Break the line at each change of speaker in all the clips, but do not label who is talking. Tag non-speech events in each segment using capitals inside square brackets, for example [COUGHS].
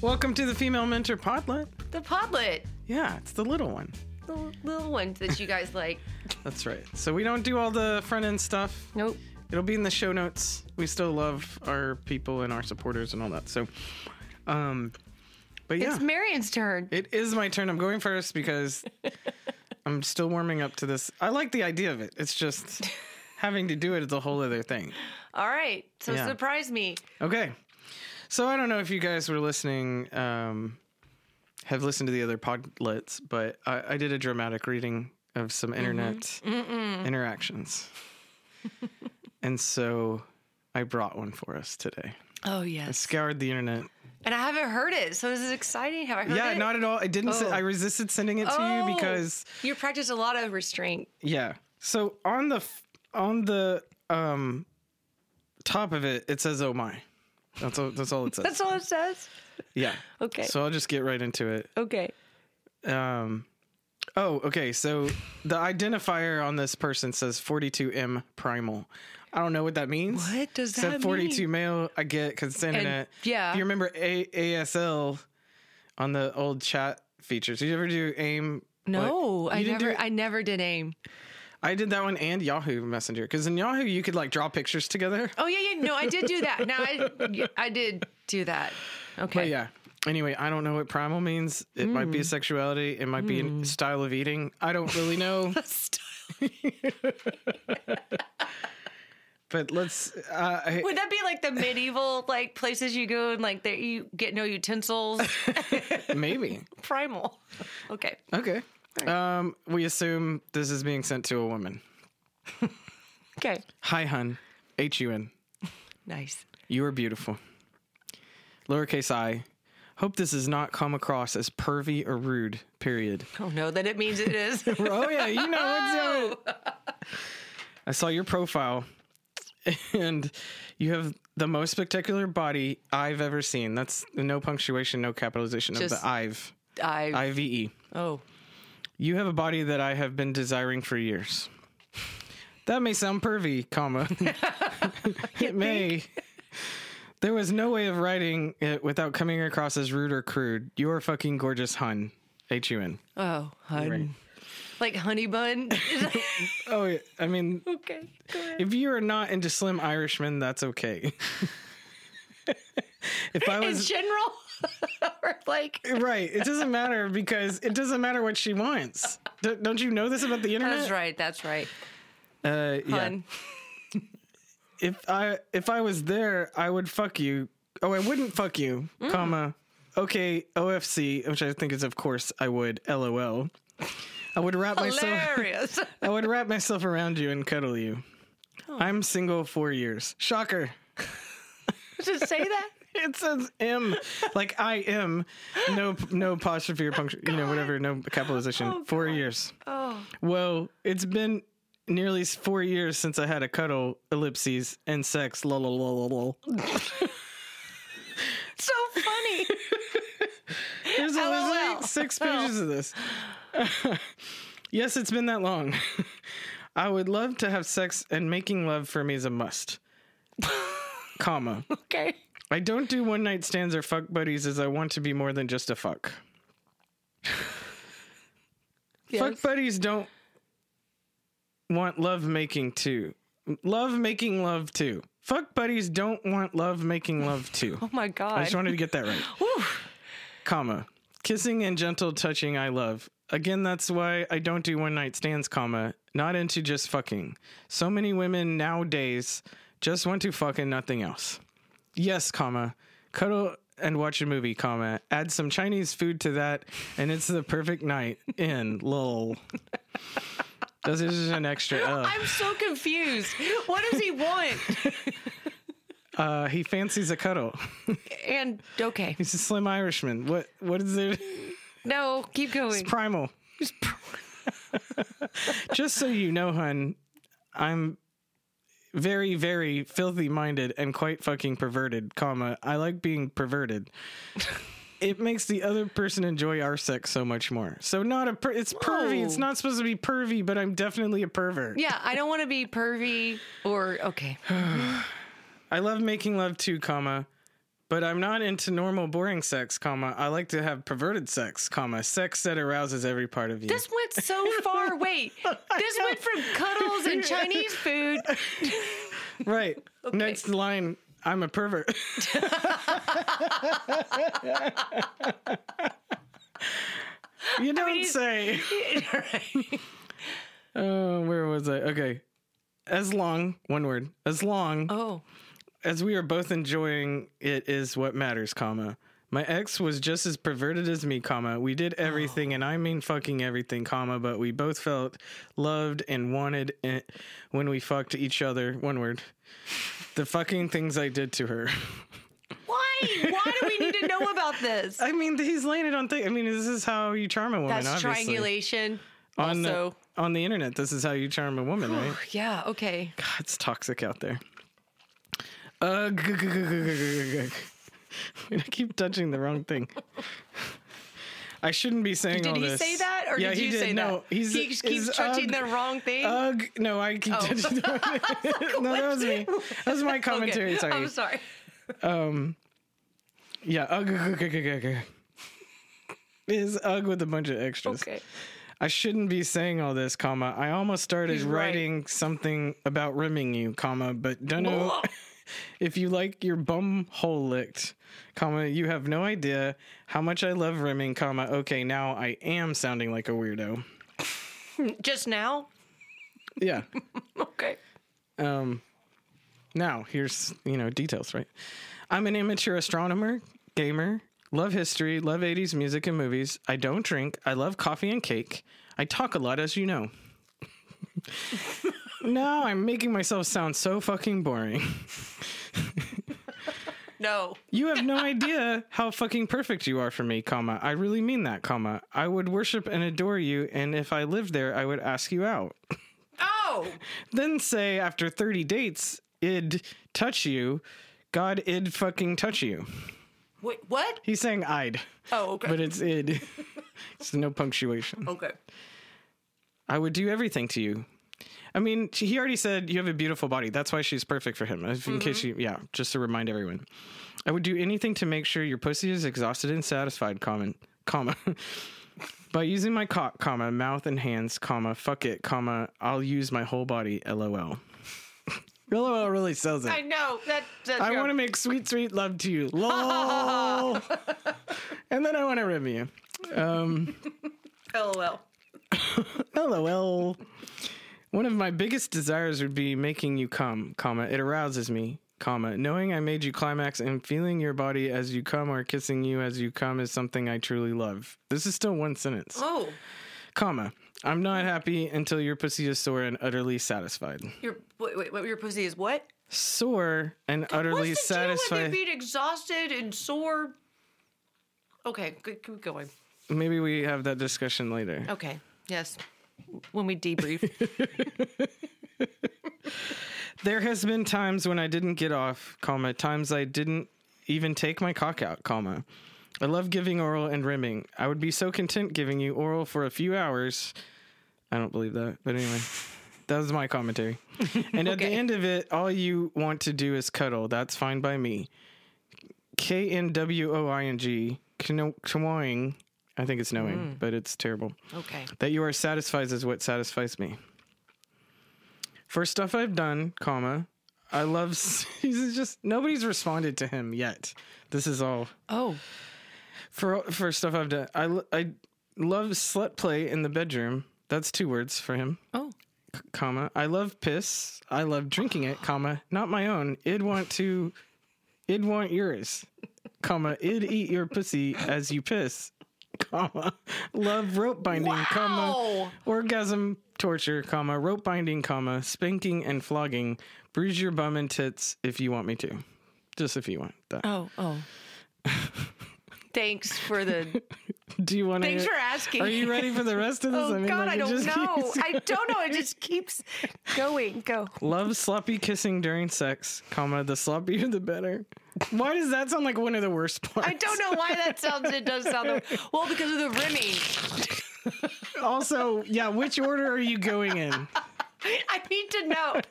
Welcome to the Female Mentor Podlet.
The podlet,
Yeah, it's the little one.
the little ones that you guys like.
That's right. So we don't do all the front end stuff.
[LAUGHS] Nope.
It'll be in the show notes. We still love our people and our supporters and all that. So, um, but yeah,
It's Marion's turn.
it is my turn. I'm going first because I'm still warming up to this. I like the idea of it. It's just having to do it is a whole other thing.
All right. So
Yeah.
surprise me.
Okay. So I don't know if you guys were listening, um, have listened to the other podlets, but I, I did a dramatic reading of some
Mm-hmm.
internet
[LAUGHS]
interactions. and so I brought one for us today.
Oh
I
yes.
scoured the internet.
And I haven't heard it, so this is exciting. Have I heard
yeah,
it?
not at all. I didn't. se-
Oh.
I resisted sending it to
Oh.
you because
you practice a lot of restraint.
Yeah. So on the f- on the um top of it, it says "Oh my." That's all. That's
[LAUGHS]
all it says.
That's all it says.
yeah.
Okay.
So I'll just get right into it.
Okay.
Um. Oh, okay. So the identifier on this person says 42M primal. I don't know what that means.
What does
Said
that
42
mean?
male. I get because it's internet.
yeah.
If you remember a- ASL on the old chat features? Did you ever do AIM?
No,
What?
I
You didn't do
never
it?
I never did aim.
I did that one and Yahoo Messenger because in Yahoo you could like draw pictures together.
Oh yeah, yeah. No, I did do that. Now
[LAUGHS]
I I did do that. Okay. [LAUGHS]
But yeah. Anyway, I don't know what primal means. It might
Hmm.
be a sexuality. It might be a style of eating. I don't really
[LAUGHS]
know. but let's. Uh, I-
Would that be like the medieval like places you go and like that you get
[LAUGHS]
no utensils?
maybe.
Primal. Okay.
Okay. Um, we assume this is being sent to a woman.
Okay.
Hi, hun. H U N.
Nice.
You are beautiful. Lowercase i. Hope this has not come across as pervy or rude. Period.
Oh no, that it means it is.
[LAUGHS] Oh yeah, you know [LAUGHS] what's up. I saw your profile, and you have the most spectacular body I've ever seen. That's no punctuation, no capitalization of
Just-
the I've.
[LAUGHS] I
I V E.
oh
You have a body that I have been desiring for years. That may sound pervy,
[LAUGHS]
comma. it may. There was no way of writing it without coming across as rude or crude. You are fucking gorgeous, hun. H U N.
oh hun.
Right.
like honey [LAUGHS] bun.
Oh, yeah. I mean,
okay. Go ahead.
If you are not into slim Irishmen, that's okay. [LAUGHS] if I
In
was
general, [LAUGHS] or like
right, it doesn't matter because it doesn't matter what she wants. D- don't you know this about the internet?
that's right. That's right.
Uh, yeah.
Hun.
If I if I was there, I would fuck you. Oh, I wouldn't fuck you, comma. Okay, OFC, which I think is of course I would. LOL. I would wrap [LAUGHS] myself.
[LAUGHS] Hilarious.
I would wrap myself around you and cuddle you. I'm single four years. Shocker.
Just say that.
It says M, like I am, no no apostrophe or puncture, you know, whatever, no capitalization. Four years.
Oh.
Well, it's been nearly s- four years since I had a cuddle, ellipses, and sex. Lol, lol, lol, lol, lol.
So funny. [LAUGHS]
There's only
LOL.
like six pages of this. [LAUGHS] yes, it's been that long. [LAUGHS] I would love to have sex, and making love for me is a
[LAUGHS]
must. Comma.
okay.
I don't do one night stands or fuck buddies as I want to be more than just a fuck. Fuck
Yes.
buddies don't want love making too. Love making love too. Fuck buddies don't want love making love too.
[LAUGHS] Oh my
I
god.
just wanted to get that right.
Whew.
Comma. Kissing and gentle touching I love. Again, that's why I don't do one night stands, comma. Not into just fucking. So many women nowadays just want to fuck and nothing else. Yes, comma. Cuddle and watch a movie, comma. Add some Chinese food to that, and it's the perfect night. In lol. This is an extra uh, L.
I'm so confused. What does he want?
Uh, he fancies a cuddle. [LAUGHS]
And okay.
He's a slim Irishman. What? What is there?
No, keep going.
It's primal. [LAUGHS] Just so you know, hun, I'm very, very filthy minded and quite fucking perverted, comma. I like being perverted. it makes the other person enjoy our sex so much more. So not a per- it's pervy. It's
Whoa.
not supposed to be pervy, but I'm definitely a pervert.
Yeah, I don't want to be pervy or okay.
I love making love too, comma, but I'm not into normal boring sex, comma. I like to have perverted sex, comma, sex that arouses every part of you.
This went
[LAUGHS]
so far. Wait, this went from cuddles and Chinese
[LAUGHS]
food.
right. Next line, I'm a pervert. [LAUGHS] you don't say. Oh, where was I? Okay. As long, one word, as long
Oh,
as we are both enjoying it is what matters, comma. My ex was just as perverted as me, comma. We did everything, and I mean fucking everything, comma, but we both felt loved and wanted it when we fucked each other. One word. The fucking things I did to her.
why? Why do we need to know about this?
I mean, he's laying it on thick. I mean, this is how you charm a woman,
That's
obviously.
triangulation.
On, the-
also, Oh
on the internet, this is how you charm a woman, right?
yeah. Okay.
God, it's toxic out there. Uh, g- g- g- g- g- g- g- [LAUGHS] I keep touching the wrong thing. I shouldn't be saying all
Did he
this.
say that, or
yeah,
did
he
you
did.
say
no,
that?
He's,
he just keeps
is um, uh,
touching
ug-
the wrong Oh. thing.
Ug. No, I keep
[LAUGHS]
touching the wrong [LAUGHS] No, that was me. That was my
Okay,
commentary. Sorry.
I'm sorry.
Yeah, ug. ug, ug, ug, ug, ug. Is ug with a bunch of extras.
Okay.
I shouldn't be saying all this, comma. I almost started
He's right.
writing something about rimming you, comma, but don't know if you like your bum hole licked, comma. You have no idea how much I love rimming, comma. Okay, now I am sounding like a weirdo.
[COUGHS] Just now.
Yeah.
Okay.
Um, now here's you know details, right? I'm an amateur astronomer, gamer, love history, love 80s music and movies. I don't drink. I love coffee and cake. I talk a lot, as you know. [LAUGHS] now I'm making myself sound so fucking boring.
No.
You have no idea how fucking perfect you are for me, comma. I really mean that, comma. I would worship and adore you, and if I lived there, I would ask you out.
Oh.
then say after 30 dates id touch you god id fucking touch you
Wait. What?
he's saying i'd
Oh. Okay.
but it's id [LAUGHS] it's no punctuation
okay.
i would do everything to you i mean she- he already said you have a beautiful body that's why she's perfect for him if- in case you yeah just to remind everyone i would do anything to make sure your pussy is exhausted and satisfied common comma [LAUGHS] by using my cock comma mouth and hands comma fuck it comma i'll use my whole body lol [LAUGHS] lol really sells it
I know that. That's
I
your-
want to make sweet, sweet love to you.
[LAUGHS]
Lol. and then I want to rim you.
LOL.
LOL. One of my biggest desires would be making you come, comma. It arouses me, comma. Knowing I made you climax and feeling your body as you come or kissing you as you come is something I truly love. This is still one sentence,
Oh,
comma. I'm not happy until your pussy is sore and utterly satisfied.
your wait, wait, wait, your pussy is what?
Sore and utterly
What's the deal
satisfied.
with it being exhausted and sore? Okay, good, keep going.
Maybe we have that discussion later.
Okay, yes. When we
[LAUGHS]
debrief,
There has been times when I didn't get off, comma, times I didn't even take my cock out, comma. I love giving oral and rimming. I would be so content giving you oral for a few hours. I don't believe that, but anyway. That was my commentary. And at the
Okay.
end of it, all you want to do is cuddle. That's fine by me. K N W O I N G, knowing, I think it's knowing, but it's terrible
okay.
that you are satisfied is what satisfies me. For stuff I've done, comma, I love. [LAUGHS] s- He's just nobody's responded to him yet. This is all
Oh,
for for stuff I've done. I l- I love slut play in the bedroom. That's two words for him,
oh,
c- comma. I love piss. I love drinking it, comma. Not my own. I'd want to. I'd want yours, comma. I'd eat your pussy as you piss, comma. Love rope binding, comma.
wow!
Orgasm, torture, comma, rope binding, comma, spanking and flogging. Bruise your bum Oh, and tits if you want me to. Just if you want that.
Oh, oh. [LAUGHS] Thanks for the.
Do you want to?
Thanks for asking.
Are you ready for the rest of
[LAUGHS]
this?
Oh God,
like,
I
it
don't
just
know.
keeps-
[LAUGHS] I don't
[LAUGHS]
know. It just keeps going. Go.
Love sloppy kissing during sex, comma the sloppier the better. Why does that sound like one of the worst parts?
I don't know why that sounds. It does sound the- well because of the rimming.
Also, yeah, which order are you going in?
I need to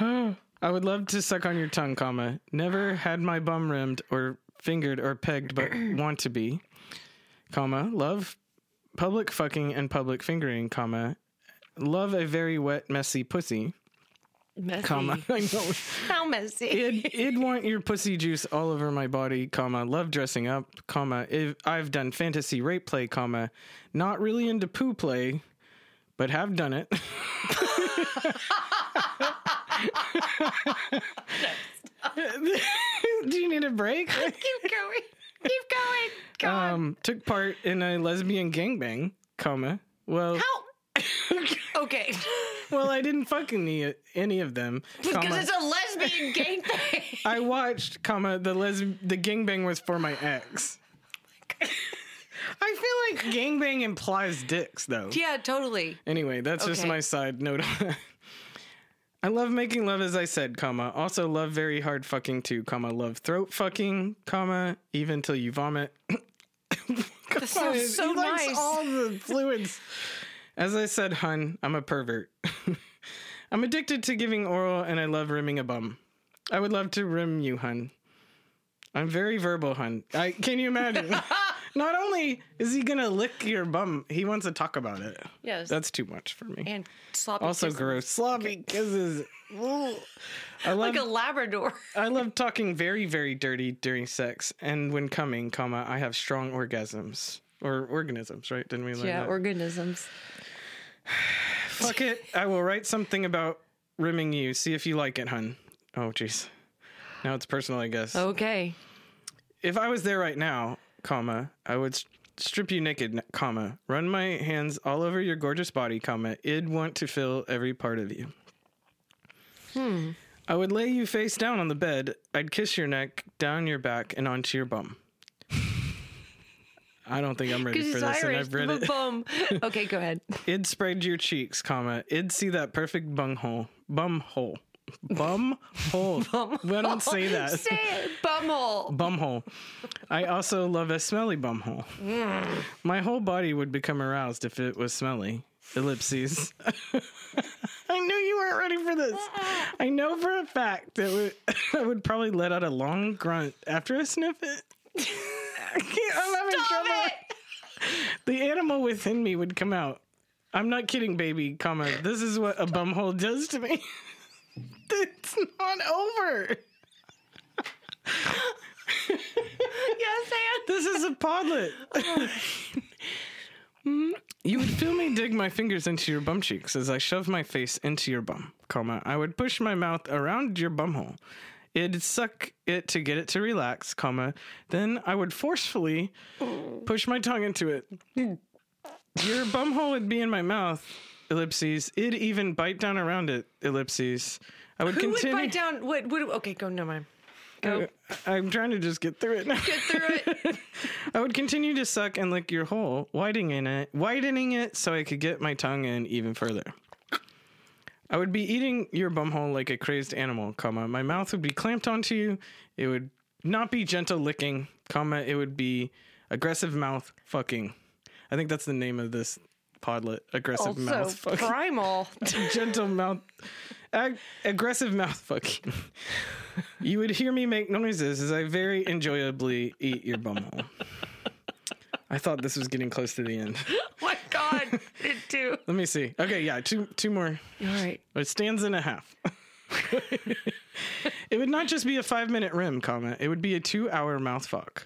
know.
I would love to suck on your tongue, comma. Never had my bum rimmed or fingered or pegged, but want to be, comma. Love public fucking and public fingering, comma. Love a very wet, messy pussy,
Messy.
comma. [LAUGHS] I know.
How messy?
It'd, it'd want your pussy juice all over my body, comma. Love dressing up, comma. If I've done fantasy rape play, comma. Not really into poo play, but have done it. [LAUGHS] Do you need a break?
Keep going. Keep going. God.
Um, took part in a lesbian gangbang, comma. Well,
How? [LAUGHS] Okay.
well, I didn't fuck any, any of them.
Because
comma.
it's a lesbian gang thing.
I watched, comma, the les the gangbang was for my ex. I feel like gangbang implies dicks though.
[LAUGHS] yeah, totally.
Anyway, that's just
Okay.
my side note. on that. I love making love as I said, comma. Also love very hard fucking too, comma. Love throat fucking, comma, even till you vomit. [COUGHS] that
sounds so
he likes
nice.
all the fluids. As I said, hun, I'm a pervert. [LAUGHS] I'm addicted to giving oral and I love rimming a bum. I would love to rim you, hun. I'm very verbal, hun. I can
[LAUGHS]
you imagine? Not only is he gonna lick your bum, he wants to talk about it.
Yes.
That's too much for me.
and sloppy.
Also
kisses.
gross. Sloppy kisses. Ooh. I love
Like a Labrador. [LAUGHS]
I love talking very, very dirty during sex and when coming, comma, I have strong orgasms. Or organisms, right? Didn't we learn that?
organisms.
Fuck it. I will write something about rimming you. See if you like it, hun. Oh jeez. Now it's personal, I guess.
Oh, Okay.
if I was there right now, comma, I would s- strip you naked, n- comma, run my hands all over your gorgeous body, comma, it'd want to fill every part of you. Hmm.
Hmm.
I would lay you face down on the bed. I'd kiss your neck, down your back, and onto your bum. I don't think I'm ready
Because
for
he's
this, and
Irish.
I've read it. [LAUGHS]
Boom. Okay, go ahead.
It'd spread your cheeks, comma. It'd see that perfect bung hole,
[LAUGHS]
bum hole, bum hole. I don't say that.
Say it. Bumhole.
bumhole. I also love a smelly bumhole.
Mm.
My whole body would become aroused if it was smelly. Ellipses. [LAUGHS] I knew you weren't ready for this. I know for a fact that would, [LAUGHS] I would probably let out a long grunt after a sniff
[LAUGHS]
it. I can't, I'm having
Stop
trouble.
it. [LAUGHS]
The animal within me would come out. I'm not kidding, baby, comma. This is what a bumhole does to me. [LAUGHS] it's not over.
Yes,
[LAUGHS]
and
This is a podlet. Mm. you would feel me dig my fingers into your bum cheeks as I shoved my face into your bum, comma. I would push my mouth around your bum hole. It'd suck it to get it to relax, comma. Then I would forcefully push my tongue into it. Your bum hole would be in my mouth, ellipses. It'd even bite down around it, ellipses. I would
Who would
continue. Uh,
bite down? What? What? Okay, go. No mind. Go.
[LAUGHS] I'm trying to just get through it now.
Get through
[LAUGHS]
it.
I would continue to suck and lick your hole, widening it, widening it so I could get my tongue in even further. I would be eating your bumhole like a crazed animal, comma. My mouth would be clamped onto you. It would not be gentle licking, comma. It would be aggressive mouth fucking. I think that's the name of this podlet. Aggressive mouth
Also,
fucking. [LAUGHS]
primal. [LAUGHS] Oh
gentle mouth, ag- aggressive mouth fucking. You would hear me make noises as I very enjoyably eat your bumhole. I thought this was getting close to the end.
my God. It too.
Let me see. Okay, yeah, two two more.
All right.
It stands in a half. it would not just be a five minute rim comment. It would be a two hour mouth fuck.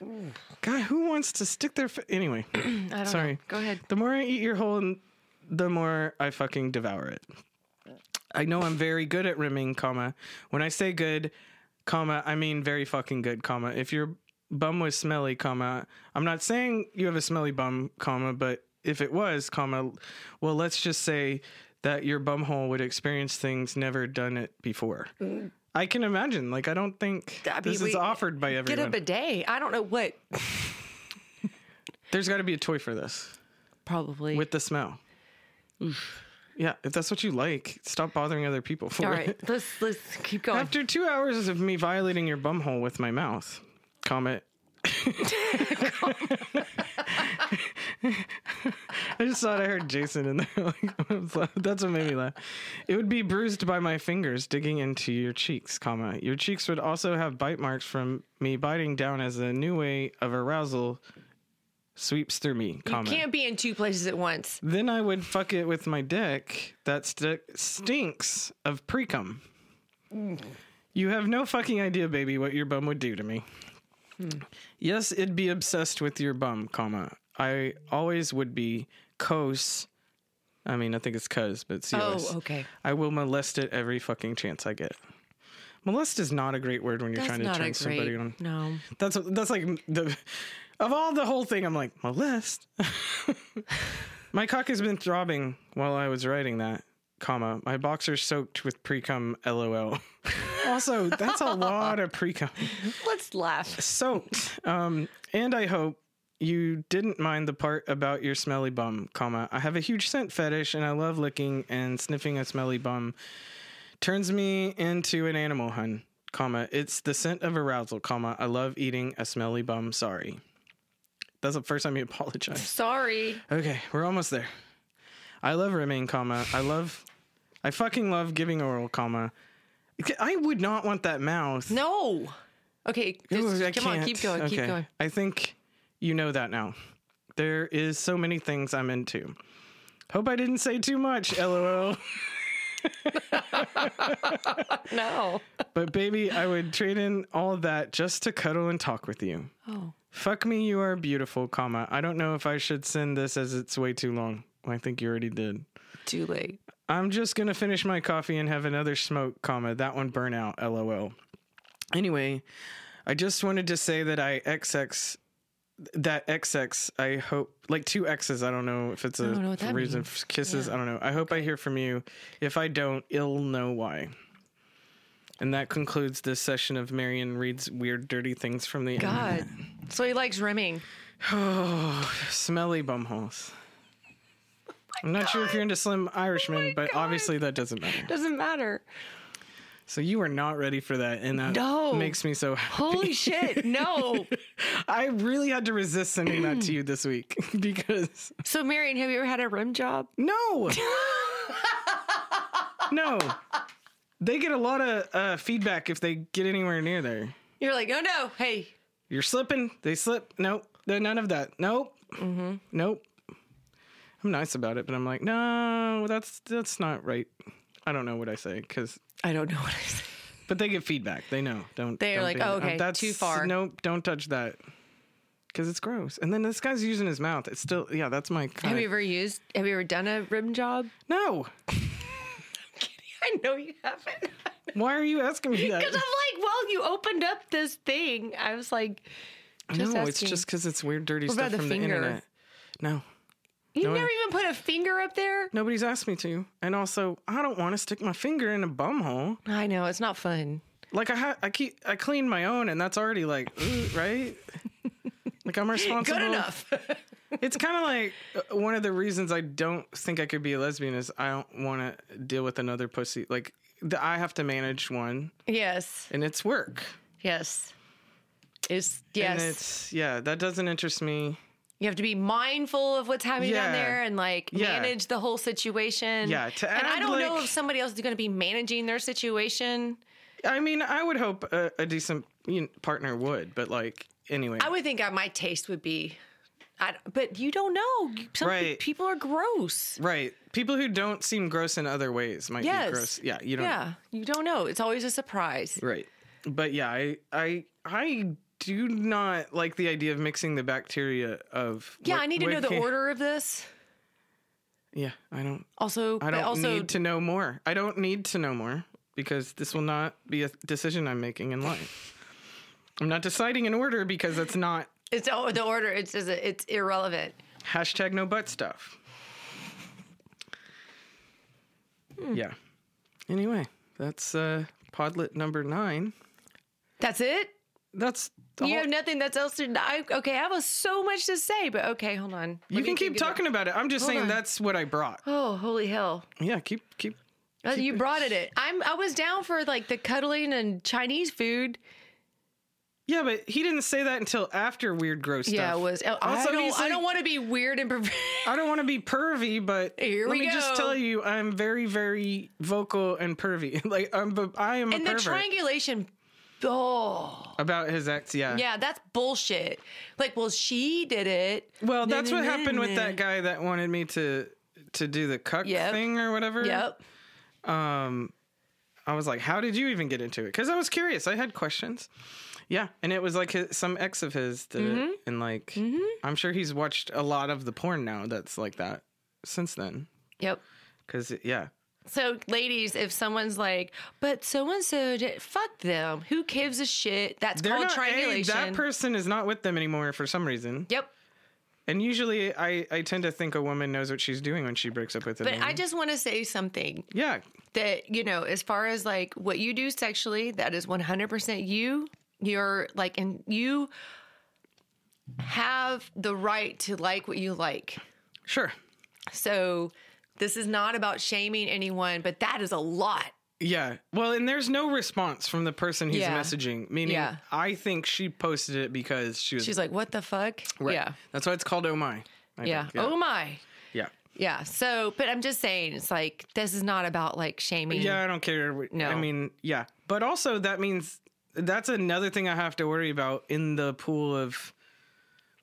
God, who wants to stick their fa- anyway?
[CLEARS THROAT] I don't
Sorry.
Know. Go ahead.
The more I eat your whole, n- the more I fucking devour it. I know I'm very good at rimming, comma. When I say good, comma, I mean very fucking good, comma. If your bum was smelly, comma, I'm not saying you have a smelly bum, comma, but if it was, comma, well, let's just say that your bumhole would experience things never done it before. I can imagine. Like, I don't think
Mm. I mean,
this is
we-
offered by
Get
everyone.
a bidet. I don't know what.
There's got to be a toy for this
Probably.
with the smell. Yeah, if that's what you like, stop bothering other people for
All
it.
right,
[LAUGHS]
let's let's keep going.
[LAUGHS] After two hours of me violating your bumhole with my mouth, [LAUGHS] Comet. I just thought I heard Jason in there. [LAUGHS] Like, [LAUGHS] That's what made me laugh. It would be bruised by my fingers digging into your cheeks, comma. Your cheeks would also have bite marks from me biting down as a new way of arousal sweeps through me,
You
comma.
can't be in two places at once.
Then I would fuck it with my dick that st- stinks of precum. You have no fucking idea, baby, what your bum would do to me. Yes, it'd be obsessed with your bum, comma. I always would be cos. I mean, I think it's cuz, but it's
Oh,
cos.
okay.
I will molest it every fucking chance I get. Molest is not a great word when you're
That's
trying to
not
turn
a
somebody
great.
on.
No.
That's that's like the of all the whole thing. I'm like molest. [LAUGHS] my cock has been throbbing while I was writing that comma. My boxer soaked with precum. LOL. [LAUGHS] also, that's a lot of precum
let's laugh.
soaked. Um, and I hope you didn't mind the part about your smelly bum, comma. I have a huge scent fetish, and I love licking and sniffing a smelly bum. Turns me into an animal, hun, comma. It's the scent of arousal, comma. I love eating a smelly bum. Sorry. That's the first time you [LAUGHS] apologize.
Sorry.
Okay, we're almost there. I love remain, comma. I love, I fucking love giving oral, comma. I would not want that mouth.
No. Okay. Just,
Ooh, I
come on. Keep
can't.
going. Keep
Okay.
going.
I think you know that now. There is so many things I'm into. Hope I didn't say too much, [LAUGHS] lol.
No.
but baby, I would trade in all that just to cuddle and talk with you.
Oh.
Fuck me, you are beautiful, comma. I don't know if I should send this as it's way too long. Well, I think you already did.
Too late.
I'm just gonna finish my coffee and have another smoke, comma. That one burnout, lol. Anyway, I just wanted to say that I XX that XX I hope like two X's, I don't know if it's a
don't know what that
reason for kisses. I don't know. I hope I hear from you. If I don't, ill know why. And that concludes this session of Marion Reads Weird Dirty Things from the
God. So he likes rimming.
[SIGHS] Oh, smelly
[LAUGHS]
bumholes.
Oh
I'm not sure if you're into slim Irishmen, but obviously that doesn't matter.
Doesn't matter.
So you were not ready for that, and that
No.
makes me so happy.
[LAUGHS] Holy shit. No.
I really had to resist sending that to you this week [LAUGHS] because
So, Marion, have you ever had a rim job?
no, no, they get a lot of uh, feedback if they get anywhere near there.
You're like, oh no. Hey.
You're slipping. They slip. Nope. They're none of that. Nope. Nope. I'm nice about it, but I'm like, no, that's that's not right. I don't know what I say because,
I don't know what I said.
but they get feedback. They know. Don't.
They're
don't
like,
do that.
"Oh, okay,
that's
too far."
Nope. Don't touch that. Because it's gross. And then this guy's using his mouth. It's still, yeah, that's my. Kind
Have you ever used, have you ever done a rim job?
no.
I know you haven't.
Why are you asking
[LAUGHS]
me that?
Because I'm like, well, you opened up this thing. I was like, just
no, it's
asking.
just because it's weird, dirty
about
stuff
the
from the
finger?
internet. No.
you
no, I-
never even put a finger up there.
Nobody's asked me to. And also, I don't want to stick my finger in a bum hole.
I know it's not fun.
like I ha- I keep I clean my own, and that's already like ooh,
[LAUGHS]
right. like I'm responsible.
Good enough. [LAUGHS]
It's kind of like uh, one of the reasons I don't think I could be a lesbian is I don't want to deal with another pussy. Like the, I have to manage one,
yes.
and it's work.
Yes. It's
And
yes.
it's yeah, that doesn't interest me.
you have to be mindful of what's happening
Yeah.
down there and like
Yeah.
manage the whole situation.
Yeah, to
and
add,
I don't know
like-
if somebody else is going to be managing their situation.
I mean, I would hope a, a decent you know, partner would, but like anyway,
I would think uh, my taste would be, I, but you don't know. Some pe-
Right.
people are gross.
right? People who don't seem gross in other ways might
Yes.
be gross. Yeah, you don't.
Yeah, you don't know. It's always a surprise.
Right. But yeah, I I I do not like the idea of mixing the bacteria of
Yeah,
what-
I need to
what
know the
can-
order of this.
Yeah, I don't
Also,
I
but
don't
also,
need to know more. I don't need to know more because this will not be a decision I'm making in life. I'm not deciding in order because that's not
it's oh, the order. It's just, it's irrelevant.
hashtag no butt stuff.
Hmm.
Yeah. Anyway, that's uh podlet number nine.
That's it.
That's the
You
whole-
have nothing that's else to. I, okay, I have so much to say, but okay, hold on.
you
Let
can
me
keep
think about-
talking about it. I'm just saying
on.
that's what I brought.
Oh, holy hell!
Yeah, keep keep.
Uh, you brought it. it. I'm. I was down for like the cuddling and Chinese food.
Yeah, but he didn't say that until after weird gross stuff.
Yeah, it was. I- I
Also,
don't.
he's
I
like-
don't want to be weird and. Pre-
I don't want to be pervy, but
Here
let
we
me just
go.
tell you, I'm very, very vocal and pervy. [LAUGHS] like I'm, the- I
[LAUGHS]
am a
and the
pervert
triangulation. Oh.
about his ex. Yeah.
Yeah, that's bullshit. Like, well, she did it.
Well,
No,
that's
no,
what
no,
happened with
no.
that guy that wanted me to to do the cuck
Yep.
thing or whatever.
Yep.
Um, I was like, how did you even get into it? Because I was curious. I had questions. Yeah, and it was like his, some ex of his did
Mm-hmm.
it, and like I'm sure he's watched a lot of the porn now that's like that since then.
Yep.
Because yeah,
So, ladies, if someone's like, but so and so did, fuck them. Who gives a shit? That's
they're
called
not a,
triangulation.
that person is not with them anymore for some reason.
yep.
And usually, I, I tend to think a woman knows what she's doing when she breaks up with a
But
man.
I just want to say something
yeah,
that, you know, as far as like what you do sexually, that is 100% you. You're like, and you have the right to like what you like.
sure,
So, this is not about shaming anyone, but that is a lot.
yeah. Well, and there's no response from the person he's
Yeah.
messaging. Meaning,
Yeah.
I think she posted it because she was.
She's like, "What the fuck?"
right.
Yeah,
that's why it's called Oh My. I
yeah.
think. yeah.
Oh my.
yeah,
Yeah. So, but I'm just saying, it's like this is not about like shaming.
yeah. I don't care. what-
No.
I mean, yeah. But also, that means that's another thing I have to worry about in the pool of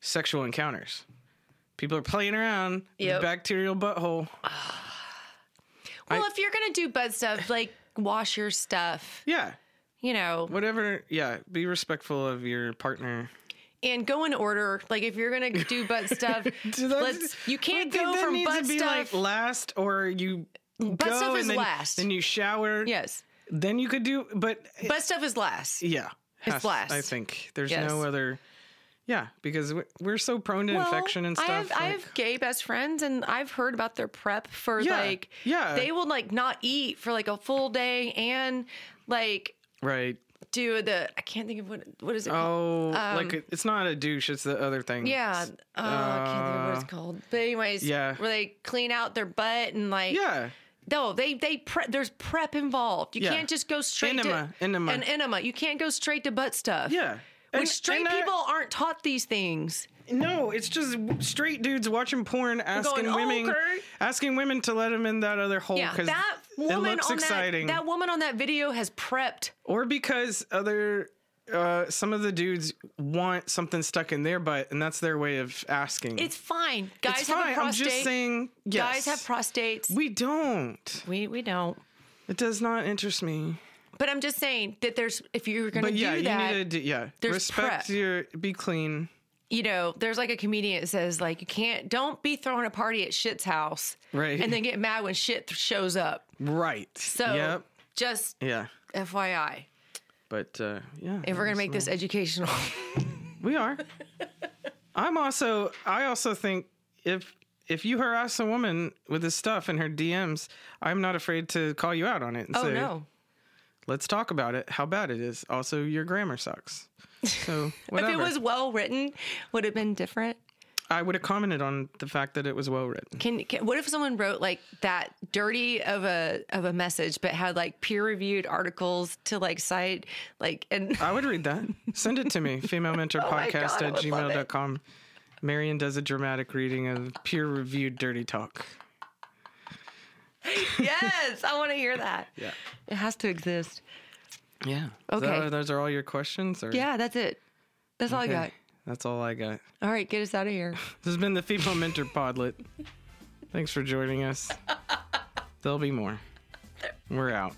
sexual encounters. People are playing around with
Yep.
the bacterial butthole.
Well, if you're gonna do butt stuff, like wash your stuff,
Yeah.
you know,
Whatever. Yeah. Be respectful of your partner.
and go in order. Like if you're gonna do butt
[LAUGHS]
stuff,
[LAUGHS] Dude, that-
let's. You can't
Well,
go
that
from
needs to
butt
be, like
stuff.
last, or you
Butt
go
stuff
and
is
then,
last.
Then you shower.
yes,
Then you could do, but
butt stuff is last.
yeah, has-
last.
I think there's
Yes.
no other. Yeah, because we- we're so prone to
Well,
infection and stuff.
I have, I
like-
have gay best friends, and I've heard about their prep for
Yeah,
like,
yeah.
they will like not eat for like a full day, and like
right.
do the I can't think of what what is it. called?
Oh, like
Um,
it- it's not a douche. It's the other thing.
Yeah.
S-
Oh, I can't think of what it's
uh,
called. But anyways,
yeah.
where they clean out their butt and like
Yeah.
No, they they pre- there's prep involved. You
Yeah.
can't just go straight
Enema,
to
enema.
An enema. You can't go straight to butt stuff.
Yeah.
Which
And-
straight
and I-
people aren't taught these things.
No, it's just straight dudes watching porn, asking
going, "Oh,
women,
okay."
asking women to let them in that other hole
Yeah,
because
that woman
it looks
on
exciting,
that that woman on that video has prepped.
or because other uh, some of the dudes want something stuck in their butt, and that's their way of asking.
It's fine. Guys
It's
have
fine.
a prostate.
I'm just saying. Yes,
Guys have prostates.
we don't.
We we don't.
It does not interest me.
But I'm just saying that there's if you're going to
But
do
yeah, you
that,
need to do, yeah
there's
respect
prep.
your be clean.
you know, there's like a comedian that says like you can't don't be throwing a party at shit's house,
Right.
And then get mad when shit th- shows up.
Right.
So
yep.
just
Yeah.
FYI,
But uh, yeah.
if we're gonna make
[LAUGHS]
this educational,
We
[LAUGHS]
are. I'm also. I also think if if you harass a woman with this stuff in her DMs, I'm not afraid to call you out on it and
oh
say,
no,
"Let's talk about it. How bad it is. Also, your grammar sucks." So whatever.
[LAUGHS] if it was well written, would have been different.
I would have commented on the fact that it was well written.
Can, can what if someone wrote like that dirty of a of a message, but had like peer reviewed articles to like cite like and [LAUGHS]
I would read that. Send it to me, female mentor
Oh my
podcast
God, I
at
would love it.
gmail.com. Marion does a dramatic reading of peer reviewed dirty talk.
yes, I want to hear that.
Yeah.
It has to exist.
Yeah.
Okay.
those are all your questions? Or?
Yeah, that's it. That's all
Okay.
I got.
That's all I got.
All right, get us out of here.
This has been the Female Mentor Podlet. Thanks for joining us. There'll be more. We're out.